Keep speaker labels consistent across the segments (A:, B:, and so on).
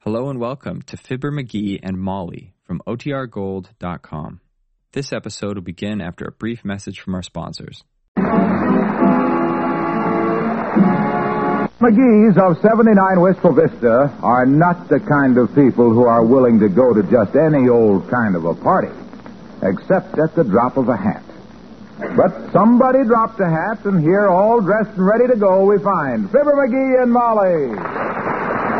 A: Hello and welcome to Fibber McGee and Molly from OTRGold.com. This episode will begin after a brief message from our sponsors.
B: McGee's of 79 Wistful Vista are not the kind of people who are willing to go to just any old kind of a party, except at the drop of a hat. But somebody dropped a hat, and here, all dressed and ready to go, we find Fibber McGee and Molly.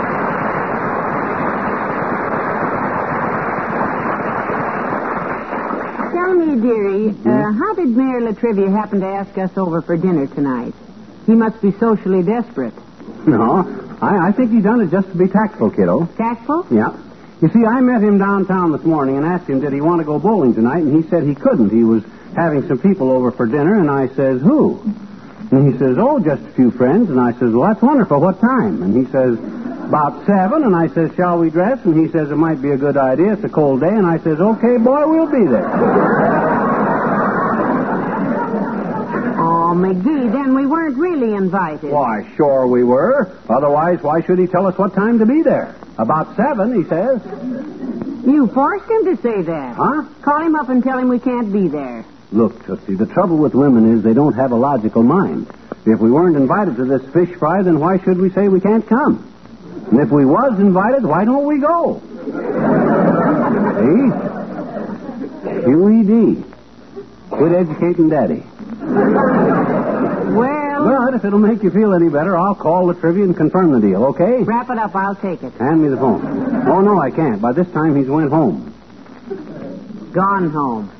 C: Tell me, dearie, uh,
D: Hmm?
C: how did Mayor Latrivia happen to ask us over for dinner tonight? He must be socially desperate.
D: No, I, I think he done it just to be tactful, kiddo.
C: Tactful?
D: Yeah. You see, I met him downtown this morning and asked him did he want to go bowling tonight, and he said he couldn't. He was having some people over for dinner, and I says, who? And he says, oh, just a few friends. And I says, well, that's wonderful. What time? And he says, about seven. And I says, shall we dress? And he says, it might be a good idea. It's a cold day. And I says, okay, boy, we'll be there.
C: Oh, McGee, then we weren't really invited.
D: Why, sure we were. Otherwise, why should he tell us what time to be there? About seven, he says.
C: You forced him to say that.
D: Huh?
C: Call him up and tell him we can't be there.
D: Look, Tootsie, the trouble with women is they don't have a logical mind. If we weren't invited to this fish fry, then why should we say we can't come? And if we was invited, why don't we go? See? QED. Quit educating Daddy.
C: Well,
D: But if it'll make you feel any better, I'll call the trivia and confirm the deal, okay?
C: wrap it up. I'll take it.
D: Hand me the phone. Oh, no, I can't. By this time, he's went home.
C: Gone home.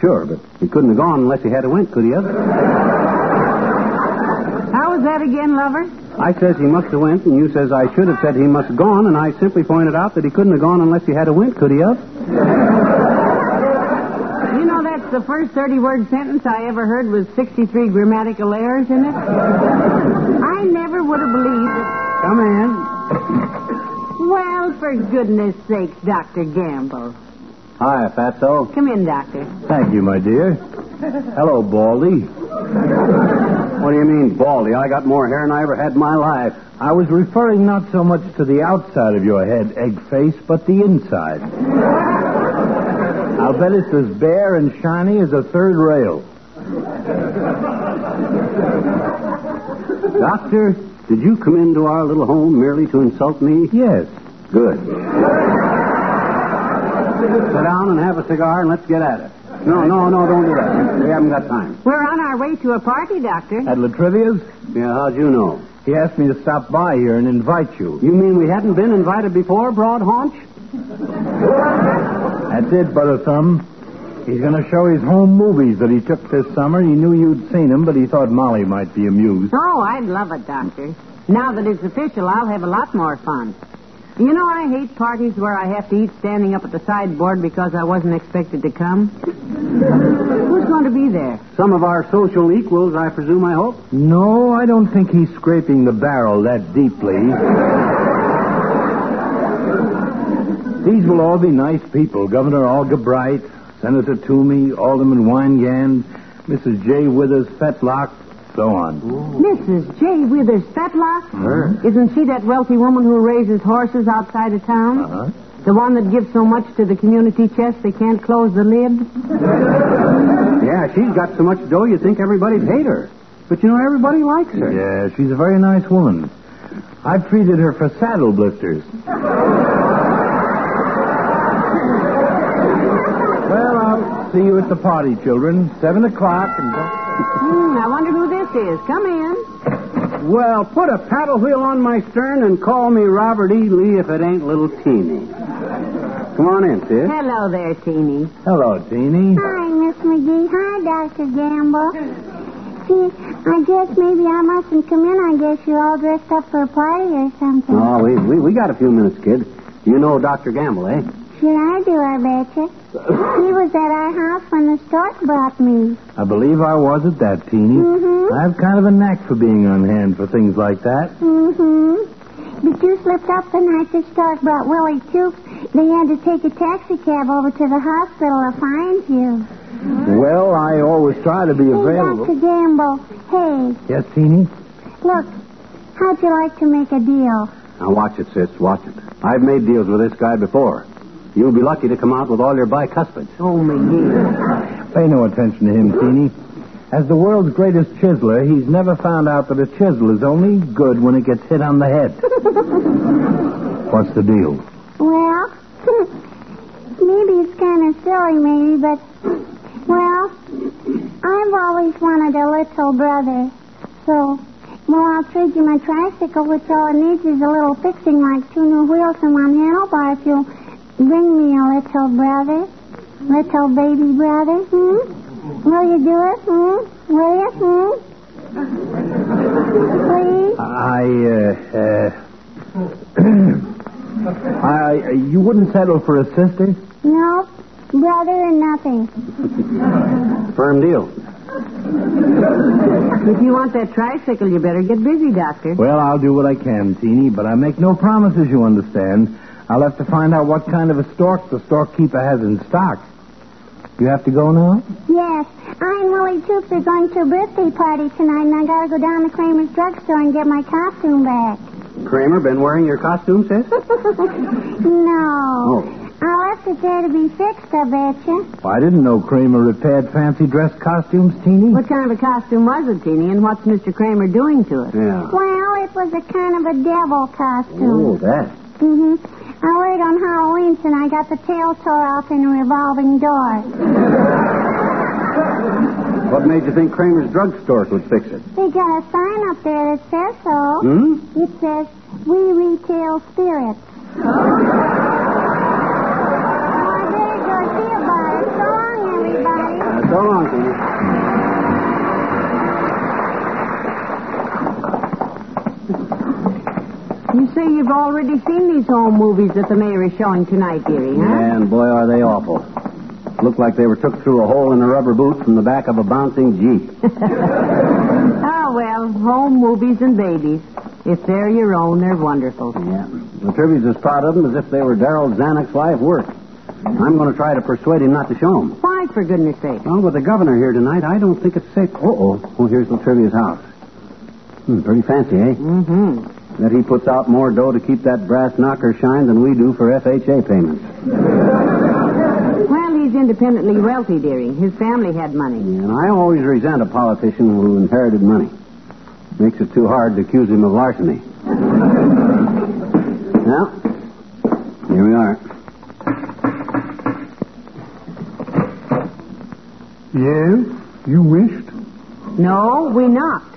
D: Sure, but he couldn't have gone unless he had a went, could he have?
C: How was that again, lover?
D: I says he must have went, and you says I should have said he must have gone, and I simply pointed out that he couldn't have gone unless he had a went, could he have?
C: You know, that's the first 30 word sentence I ever heard with 63 grammatical errors in it. I never would have believed it.
D: Come in.
C: Well, for goodness sakes, Dr. Gamble.
D: Hi, Fatso.
C: Come in, Doctor.
D: Thank you, my dear. Hello, Baldy. What do you mean, Baldy? I got more hair than I ever had in my life.
E: I was referring not so much to the outside of your head, egg face, but the inside. I'll bet it's as bare and shiny as a third rail.
D: Doctor, did you come into our little home merely to insult me?
E: Yes.
D: Good. Sit down and have a cigar, and let's get at it. No, no, no, don't do that. We haven't got time.
C: We're on our way to a party, Doctor.
E: At Latrivia's,
D: Yeah, how'd you know?
E: he asked me to stop by here and invite you.
D: You mean we hadn't been invited before, Broad Haunch?
E: That's it, Butter Thumb. He's going to show his home movies that he took this summer. He knew you'd seen them, but he thought Molly might be amused.
C: Oh, I'd love it, Doctor. Now that it's official, I'll have a lot more fun. You know, I hate parties where I have to eat standing up at the sideboard because I wasn't expected to come. Who's going to be there?
D: Some of our social equals, I presume, I hope.
E: No, I don't think he's scraping the barrel that deeply. These will all be nice people. Governor Olga Bright, Senator Toomey, Alderman Weingand, Mrs. J. Withers, Fetlock, so on.
C: Mrs. J. Withers Fetlock? Isn't she that wealthy woman who raises horses outside of town?
E: Uh-huh.
C: The one that gives so much to the community chest they can't close the lid?
D: Yeah, she's got so much dough you'd think everybody'd hate her. But you know, everybody likes her.
E: Yeah, she's a very nice woman. I've treated her for saddle blisters. well, I'll see you at the party, children. Seven o'clock and don't...
C: Hmm, I wonder who this is. Come in.
D: Well, put a paddle wheel on my stern and call me Robert E. Lee if it ain't little teeny. Come on in, sis.
C: Hello there, Teeny.
E: Hello, Teeny.
F: Hi, Miss McGee. Hi, Dr. Gamble. See, I guess maybe I mustn't come in. I guess you're all dressed up for a party or something.
D: Oh, we, we, we got a few minutes, kid. You know Dr. Gamble, eh?
F: Sure I do, I betcha. he was at our house when the stork brought me.
E: I believe I was at that, Teeny.
D: Mm-hmm.
F: Mhm.
E: I have kind of a knack for being on hand for things like that.
F: Mm-hmm. But you slipped up the night the stork brought Willie too. They had to take a taxi cab over to the hospital to find you.
E: Well, I always try to be
F: Hey,
E: available.
F: Dr. Gamble. Hey,
E: Yes, Teeny?
F: look. How'd you like to make a deal?
D: Now watch it, sis. Watch it. I've made deals with this guy before. You'll be lucky to come out with all your bicuspids.
C: Oh, McGee.
E: Pay no attention to him, Teeny. As the world's greatest chiseler, he's never found out that a chisel is only good when it gets hit on the head. What's the deal?
F: Well, maybe it's kind of silly, maybe, but, well, I've always wanted a little brother. So, well, I'll trade you my tricycle, which all it needs is a little fixing, like two new wheels and one handlebar, if you'll bring me a little brother. Little baby brother, hmm? Will you do it, hmm? Will you, hmm? Please?
E: I, uh, uh, I, you wouldn't settle for a sister?
F: No, brother or nothing.
D: Firm deal.
C: If you want that tricycle, you better get busy, Doctor.
E: Well, I'll do what I can, Teeny, but I make no promises, you understand. I'll have to find out what kind of a stork the storekeeper has in stock. You have to go now?
F: Yes, I and Willie Toops are going to a birthday party tonight, and I gotta go down to Kramer's drugstore and get my costume back.
D: Kramer, been wearing your costume, sis?
F: no. I left it there to be fixed, I betcha.
E: I didn't know Kramer repaired fancy dress costumes, Teeny.
C: What kind of a costume was it, Teeny, and what's Mr. Kramer doing to it?
D: Yeah.
F: Well, it was a kind of a devil costume.
E: Oh, that.
F: hmm I wore it on Halloween, and I got the tail tore off in a revolving door.
D: What made you think Kramer's drugstore would fix it?
F: They got a sign up there that says so.
D: Hmm?
F: It says, We retail spirits. Oh, Well, I better go see about it. So long, everybody.
D: Uh, so long, Teeny.
C: You say you've already seen these home movies that the mayor is showing tonight, dearie, huh?
D: And boy, are they awful. Look like they were took through a hole in a rubber boot from the back of a bouncing jeep.
C: Oh, well, home movies and babies. If they're your own, they're wonderful.
D: Yeah. The Trivies as proud of them as if they were Daryl Zanuck's live work. I'm going to try to persuade him not to show them.
C: Why, for goodness sake?
D: Well, with the governor here tonight, I don't think it's safe. Uh-oh. Oh, here's Latrivia's house. Hmm, pretty fancy, eh?
C: Mm-hmm.
D: That he puts out more dough to keep that brass knocker shine than we do for FHA payments.
C: Well, he's independently wealthy, dearie. His family had money.
D: And I always resent a politician who inherited money. Makes it too hard to accuse him of larceny. well, here we are.
E: Yes? You wished?
C: No, we knocked.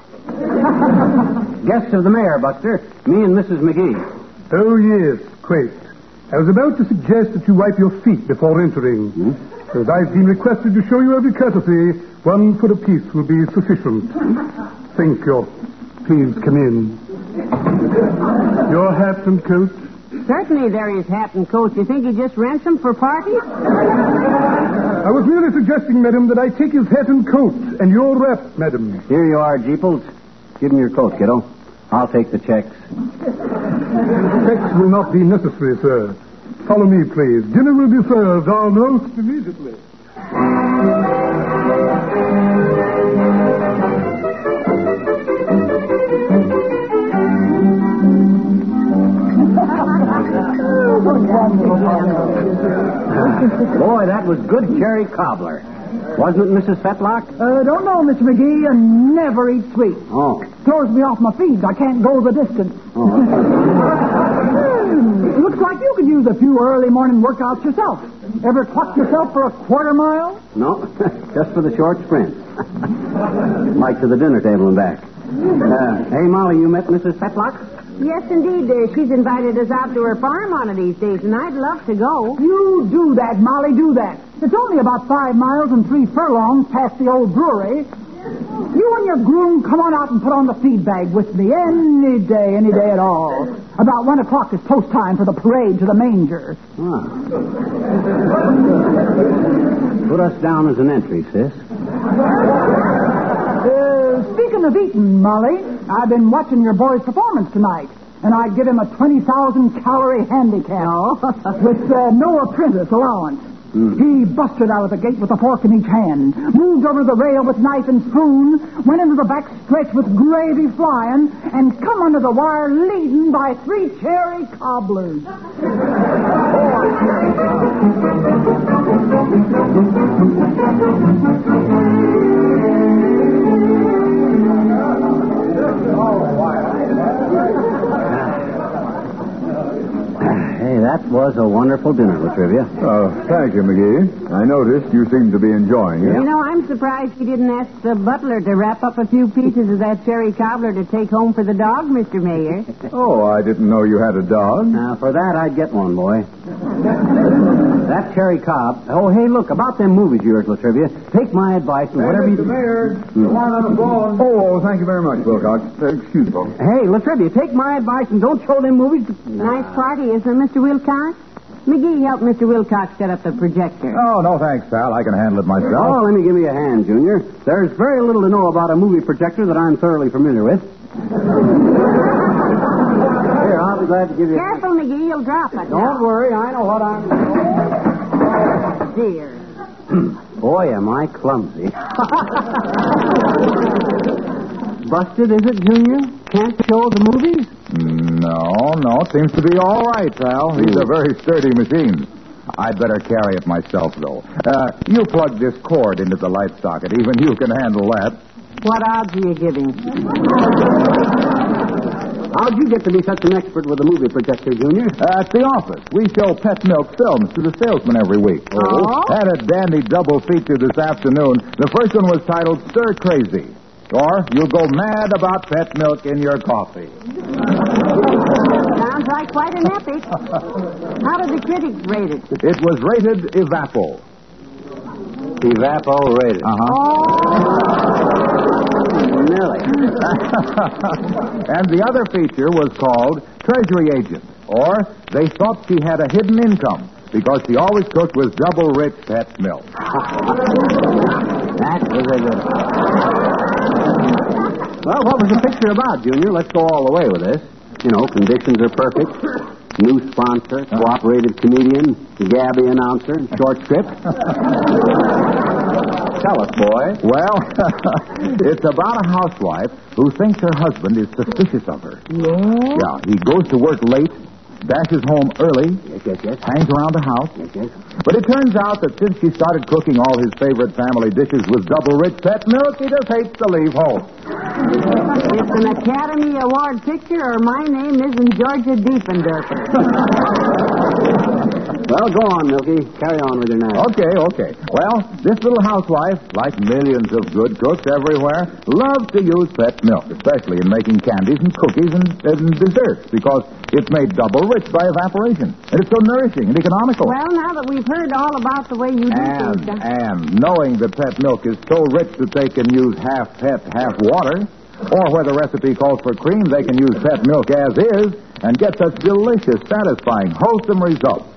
D: Guests of the mayor, Buster. Me and Mrs. McGee.
G: Oh, yes, quite. I was about to suggest that you wipe your feet before entering. As I've been requested to show you every courtesy, one for apiece will be sufficient. Thank you. Please come in. Your hat and coat?
C: Certainly they're his hat and coat. You think he just rents them for parties?
G: I was merely suggesting, madam, that I take his hat and coat and your wrap, madam.
D: Here you are, Jeeples. Give him your coat, kiddo. I'll take the checks.
G: Checks will not be necessary, sir. Follow me, please. Dinner will be served almost immediately.
D: Boy, that was good cherry cobbler. Wasn't it, Mrs. Fetlock?
H: Uh, don't know, Mr. McGee, and never eat sweets.
D: Oh.
H: Throws me off my feet. I can't go the distance. Hmm, Looks like you could use a few early morning workouts yourself. Ever clock yourself for a quarter mile?
D: No, just for the short sprint. like to the dinner table and back. Uh, hey, Molly, you met Mrs. Fetlock?
C: Yes, indeed, dear. She's invited us out to her farm one of these days, and I'd love to go.
H: You do that, Molly, do that. It's only about five miles and three furlongs past the old brewery. You and your groom come on out and put on the feed bag with me any day, any day at all. About one o'clock is post time for the parade to the manger.
D: Ah. Put us down as an entry, sis.
H: Uh, speaking of eating, Molly, I've been watching your boy's performance tonight, and I give him a 20,000 calorie handicap with uh, no apprentice allowance. He busted out of the gate with a fork in each hand, moved over the rail with knife and spoon, went into the back stretch with gravy flying, and come under the wire leading by three cherry cobblers.
D: Hey, that was a wonderful dinner, Latrivia.
B: Oh, thank you, McGee. I noticed you seem to be enjoying it.
C: You know, I'm surprised you didn't ask the butler to wrap up a few pieces of that cherry cobbler to take home for the dog, Mr. Mayor.
B: Oh, I didn't know you had a dog.
D: Now, for that, I'd get one, boy. that Terry Cobb. Oh, hey, look, about them movies of yours, Latrivia. Take my advice and whatever you...
B: Mayor, the one on the phone. Hmm. Oh, thank you very much, Wilcox. Uh, Excuse me.
D: Hey, Latrivia, take my advice and don't show them movies. to-
C: Nice party, isn't it, Mr. Wilcox? McGee helped Mr. Wilcox set up the projector.
B: Oh, no thanks, pal. I can handle it
D: Oh,
B: myself.
D: let me give me a hand, Junior. There's very little to know about a movie projector that I'm thoroughly familiar with. Here, I'll be glad to give you. a-
C: Careful, McGee, you'll drop it.
D: Don't worry, I know what I'm.
C: Oh, dear.
D: Boy, am I clumsy. Busted, is it, Junior? Can't show the movies?
B: No, no. It seems to be all right, pal. These are very sturdy machines. I'd better carry it myself, though. Uh, you plug this cord into the light socket. Even you can handle that.
C: What odds are you giving?
D: How'd you get to be such an expert with a movie projector, Junior?
B: At the office, we show pet milk films to the salesman every week.
C: Oh?
B: Had a dandy double feature this afternoon. The first one was titled Stir Crazy, or You'll Go Mad About Pet Milk in Your Coffee.
C: Sounds like quite an epic. How did the critics rate it?
B: It was rated Evapo.
D: Evaporated.
B: Uh-huh.
D: Really?
B: and the other feature was called Treasury Agent, or They Thought She Had a Hidden Income because she always cooked with double rich pet milk.
D: That was a good one. Well, what was the picture about, Junior? Let's go all the way with this. You know, conditions are perfect. New sponsor, cooperative comedian, Gabby announcer, short script. Tell us, boy.
B: Well, it's about a housewife who thinks her husband is suspicious of her. Yeah, he goes to work late, dashes home early,
D: Yes, yes, yes.
B: hangs around the house.
D: Yes, yes.
B: But it turns out that since she started cooking all his favorite family dishes with double rich pet milk, he just hates to leave home.
C: It's an Academy Award picture, or my name isn't Georgia Diefendorfer.
D: Well, go on, Milky. Carry on with your narrative.
B: Okay, okay. Well, this little housewife, like millions of good cooks everywhere, loves to use pet milk, especially in making candies and cookies and, and desserts, because it's made double rich by evaporation. And it's so nourishing and economical.
C: Well, now that we've heard all about the way you do
B: and,
C: things, uh,
B: and knowing that pet milk is so rich that they can use half pet, half water, or where the recipe calls for cream, they can use pet milk as is and get such delicious, satisfying, wholesome results.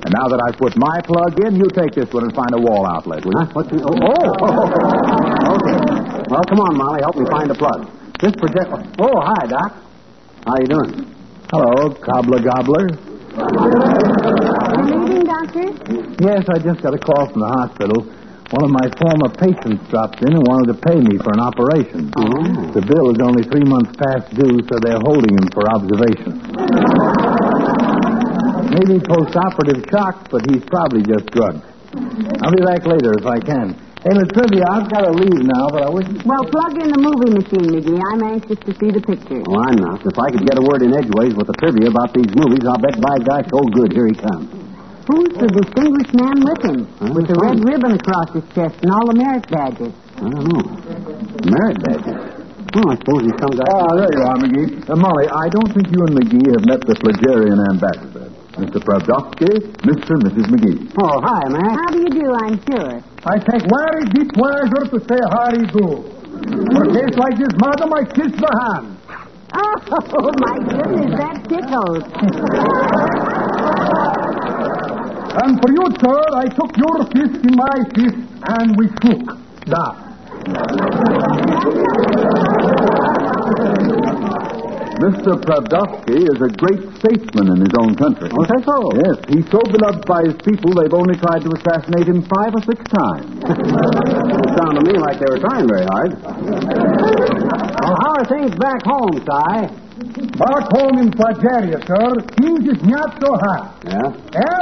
B: And now that I've put my plug in, you take this one and find a wall outlet, will you?
D: Huh? What's the... Oh, oh. okay. Well, come on, Molly. Help me find a plug. This project. Oh, hi, Doc. How you doing?
B: Hello, Cobbler Gobbler.
C: you're leaving, Doctor?
E: Yes, I just got a call from the hospital. One of my former patients dropped in and wanted to pay me for an operation.
D: Oh.
E: The bill is only three months past due, so they're holding him for observation. Maybe post-operative shock, but he's probably just drugged. I'll be back later if I can. Hey, Latrivia, I've got to leave now, but I wish...
C: Well, plug in the movie machine, McGee. I'm anxious to see the picture.
D: Well, Oh, I'm not. If I could get a word in edgeways with the trivia about these movies, I'll bet by gosh, oh good, here he comes.
C: Who's the distinguished man with him?
D: Huh?
C: With the red ribbon across his chest and all the merit badges.
D: I don't know. Merit badges. Mm-hmm. Well, I suppose he's some guy.
B: Ah, there you are, McGee. Uh, Molly, I don't think you and McGee have met the Flagarian ambassador, Mr. Pravdovsky, Mr. and Mrs. McGee.
D: Oh, hi, Mac.
C: How do you do, I'm sure?
G: I take very deep pleasure to say how do you do. For a case like this, madam, I kiss the hand.
C: Oh, my goodness, that tickles.
G: And for you, sir, I took your fist in my fist, and we shook. Da.
B: Mr. Pravdovsky is a great statesman in his own country.
D: Oh, is that so?
B: Yes, he's so beloved by his people they've only tried to assassinate him five or six times.
D: It sounded to me like they were trying very hard. well, how are things back home, Si?
H: Back home in Fajaria, sir, things is not so hot.
D: Yeah?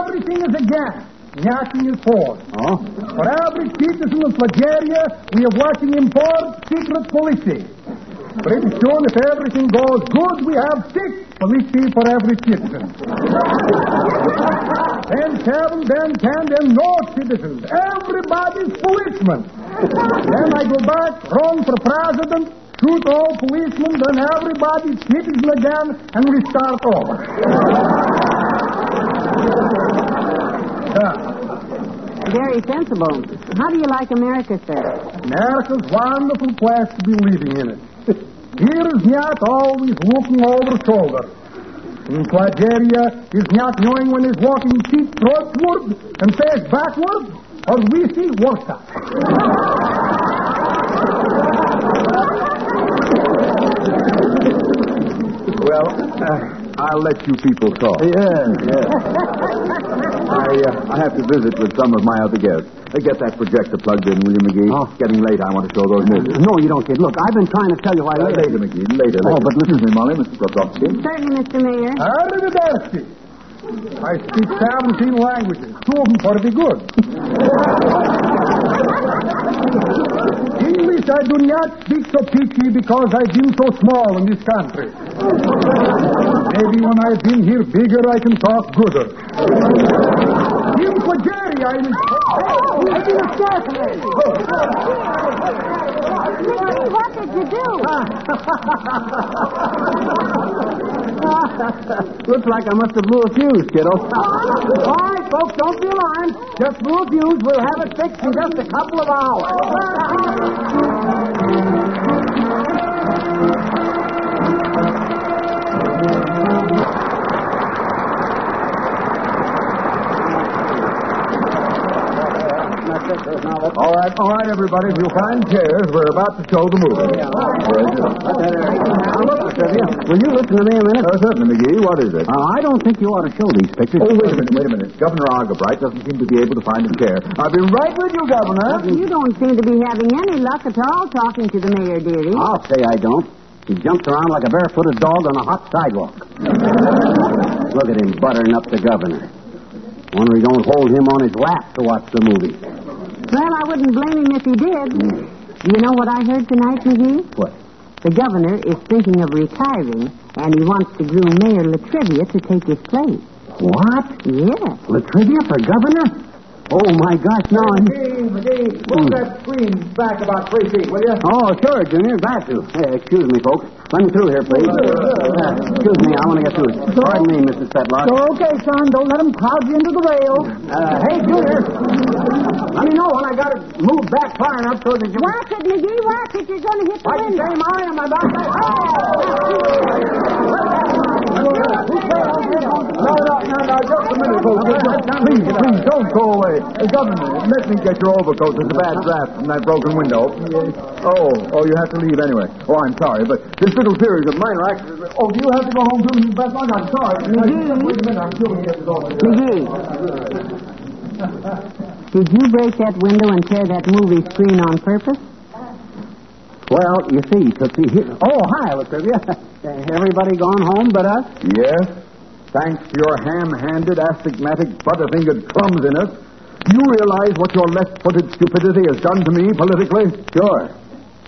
H: Everything is a gas. Nothing is forced.
D: Oh?
H: For every citizen of Bulgaria, we are watching import secret policy. Pretty soon, if everything goes good, we have six policy for every citizen. then seven, then ten, then no citizens. Everybody's policeman. then I go back, run for president, shoot all policemen, then everybody's citizen again, and we start over. Yeah.
C: Very sensible. How do you like America, sir?
H: America's wonderful place to be living in it. Here is not always looking over shoulder. In Quaderia is not knowing when he's walking feet northward and face backward, or we see worse.
B: Well, uh, I'll let you people talk.
I: Yeah.
B: I, uh, I have to visit with some of my other guests. Uh, get that projector plugged in, will you, McGee?
D: Oh.
B: It's getting late. I want to show those movies.
D: No, you don't, kid. Look, I've been trying to tell you why
B: Uh,
D: later.
B: later, McGee. Later.
D: Oh,
B: later.
D: but
B: listen to me, Molly, Mr. Kropotkin.
C: Certainly, Mr. Mayor.
H: Arrivederci. I speak 17 languages, two of them pretty good. English I do not speak so picky because I've been so small in this country. Maybe when I've been here bigger, I can talk gooder. In Bulgaria, I'm...
J: Oh,
H: I've been assassinated.
J: McGee, oh, what did you do?
D: Looks like I must have blew a fuse, kiddo.
J: Oh,
D: All right, folks, don't be alarmed. Just blew a fuse. We'll have it fixed in just a couple of hours.
B: All right, all right, everybody. If you find chairs, we're about to show the movie.
D: Will you listen to me a minute?
B: Uh, certainly, McGee. What is it?
D: Uh, I don't think you ought to show these pictures.
B: Oh, wait a minute, wait a minute. Governor Argabright doesn't seem to be able to find a chair. I'll be right with you, Governor.
C: You don't seem to be having any luck at all talking to the mayor, dearie.
D: I'll say I don't. He jumps around like a barefooted dog on a hot sidewalk. Look at him buttering up the governor. Wonder he don't hold him on his lap to watch the movie.
C: Well, I wouldn't blame him if he did. You know what I heard tonight, McGee?
D: What?
C: The governor is thinking of retiring, and he wants to groom Mayor Latrivia to take his place.
D: What?
C: Yes.
D: Latrivia for governor? Oh my gosh, now I'm...
H: move that screen back about three feet, will you?
D: Oh, sure, Junior. Glad to. Hey, excuse me, folks. Let me through here, please. Uh, excuse me, I want to get through. Pardon me, Mrs. Fetlock.
K: Okay, son, don't let them crowd you into the rail.
D: Uh, hey, Junior. Let me know when I got to move back far enough so that you...
J: Watch it, McGee, watch it. You're going to hit the
D: Why'd
J: window.
D: you say mine? Am I about to...
B: No, no, no, no, just a minute, folks. Please, please, don't go away. Uh, Governor, let me get your overcoat. There's a bad draft from that broken window. Oh, oh, you have to leave anyway. Oh, I'm sorry, but this little series of minor accidents. Oh, do you have to go home, too, Mrs. Batlong? I'm sorry. Wait a minute, I'm sure we get this over.
C: McGee. Did you break that window and tear that movie screen on purpose?
D: Well, you see, Tootsie, here... Oh, hi, Latrivia. Everybody gone home but us?
B: Yes? Thanks to your ham-handed, astigmatic, butterfingered clumsiness, do you realize what your left-footed stupidity has done to me politically? Sure.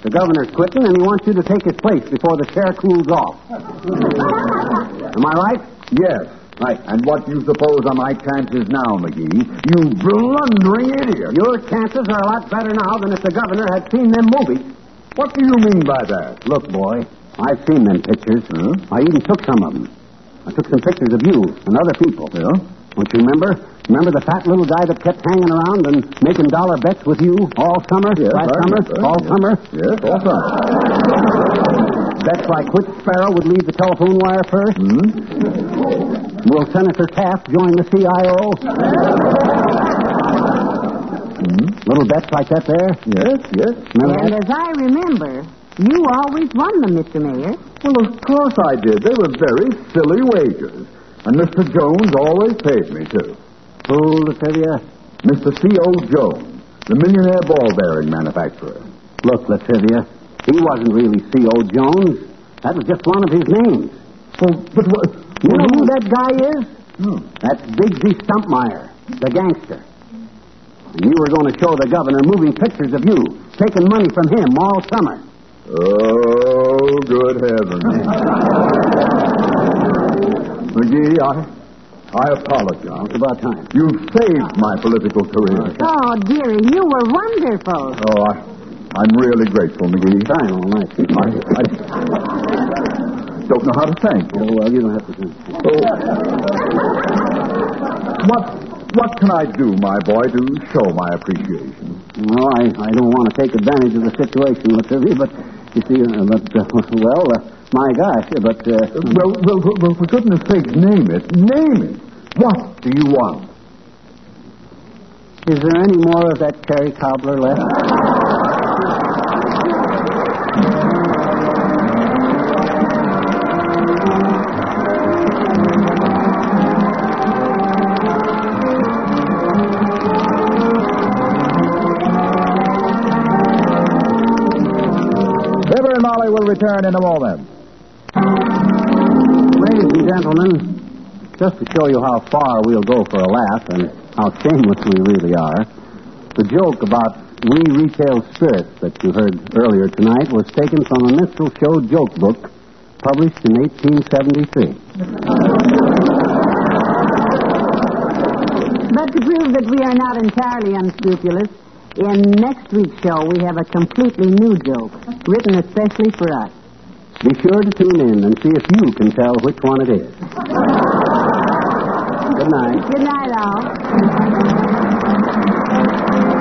D: The governor's quitting, and he wants you to take his place before the chair cools off. Am I right?
B: Yes. Right. And what do you suppose are my chances now, McGee? You blundering idiot.
D: Your chances are a lot better now than if the governor had seen them movies.
B: What do you mean by that? Hmm?
D: Look, boy, I've seen them pictures.
B: Huh?
D: I even took some of them. I took some pictures of you and other people.
B: Yeah?
D: Don't you remember? Remember the fat little guy that kept hanging around and making dollar bets with you all summer?
B: Yes, I
D: last summer?
B: remember.
D: All
B: Yes.
D: summer?
B: Yes, all right.
D: Bets like which sparrow would leave the telephone wire first?
B: Hmm?
D: Will Senator Taft join the CIO? Little bets like that there?
B: Yes, yes.
D: Remember that?
C: And as I remember, you always won them, Mr. Mayor.
B: Well, of course I did. They were very silly wagers. And Mr. Jones always paid me to.
D: Who, Latrivia?
B: Mr. C.O. Jones, the millionaire ball bearing manufacturer.
D: Look, Latrivia, he wasn't really C.O. Jones. That was just one of his names.
B: Well, but what?
D: You know
B: Hmm?
D: who that guy is? That's Bigsby Stumpmeyer, the gangster. And you were going to show the governor moving pictures of you, taking money from him all summer.
B: Oh, good heavens. McGee, I, I apologize.
D: It's about time.
B: You've saved my political career.
C: Oh, dearie, you were wonderful.
B: Oh, I, I'm really grateful, McGee.
D: Time all night.
B: I, I don't know how to thank you. Oh.
D: Oh, well, you don't have to do it.
B: What, what can I do, my boy, to show my appreciation?
D: No, I, I don't want to take advantage of the situation, Latrivia, but you see, uh, but, uh, well, uh, my gosh, but, uh,
B: Well, well, well, well, for goodness sake, name it. Name it. What do you want?
D: is there any more of that cherry cobbler left?
B: Fibber and Molly will return in a moment.
D: Ladies and gentlemen, just to show you how far we'll go for a laugh and how shameless we really are, the joke about we retail spirits that you heard earlier tonight was taken from a minstrel show joke book published in 1873.
C: But to prove that we are not entirely unscrupulous, in next week's show we have a completely new joke, written especially for us.
D: Be sure to tune in and see if you can tell which one it is. Good night.
C: Good night, all.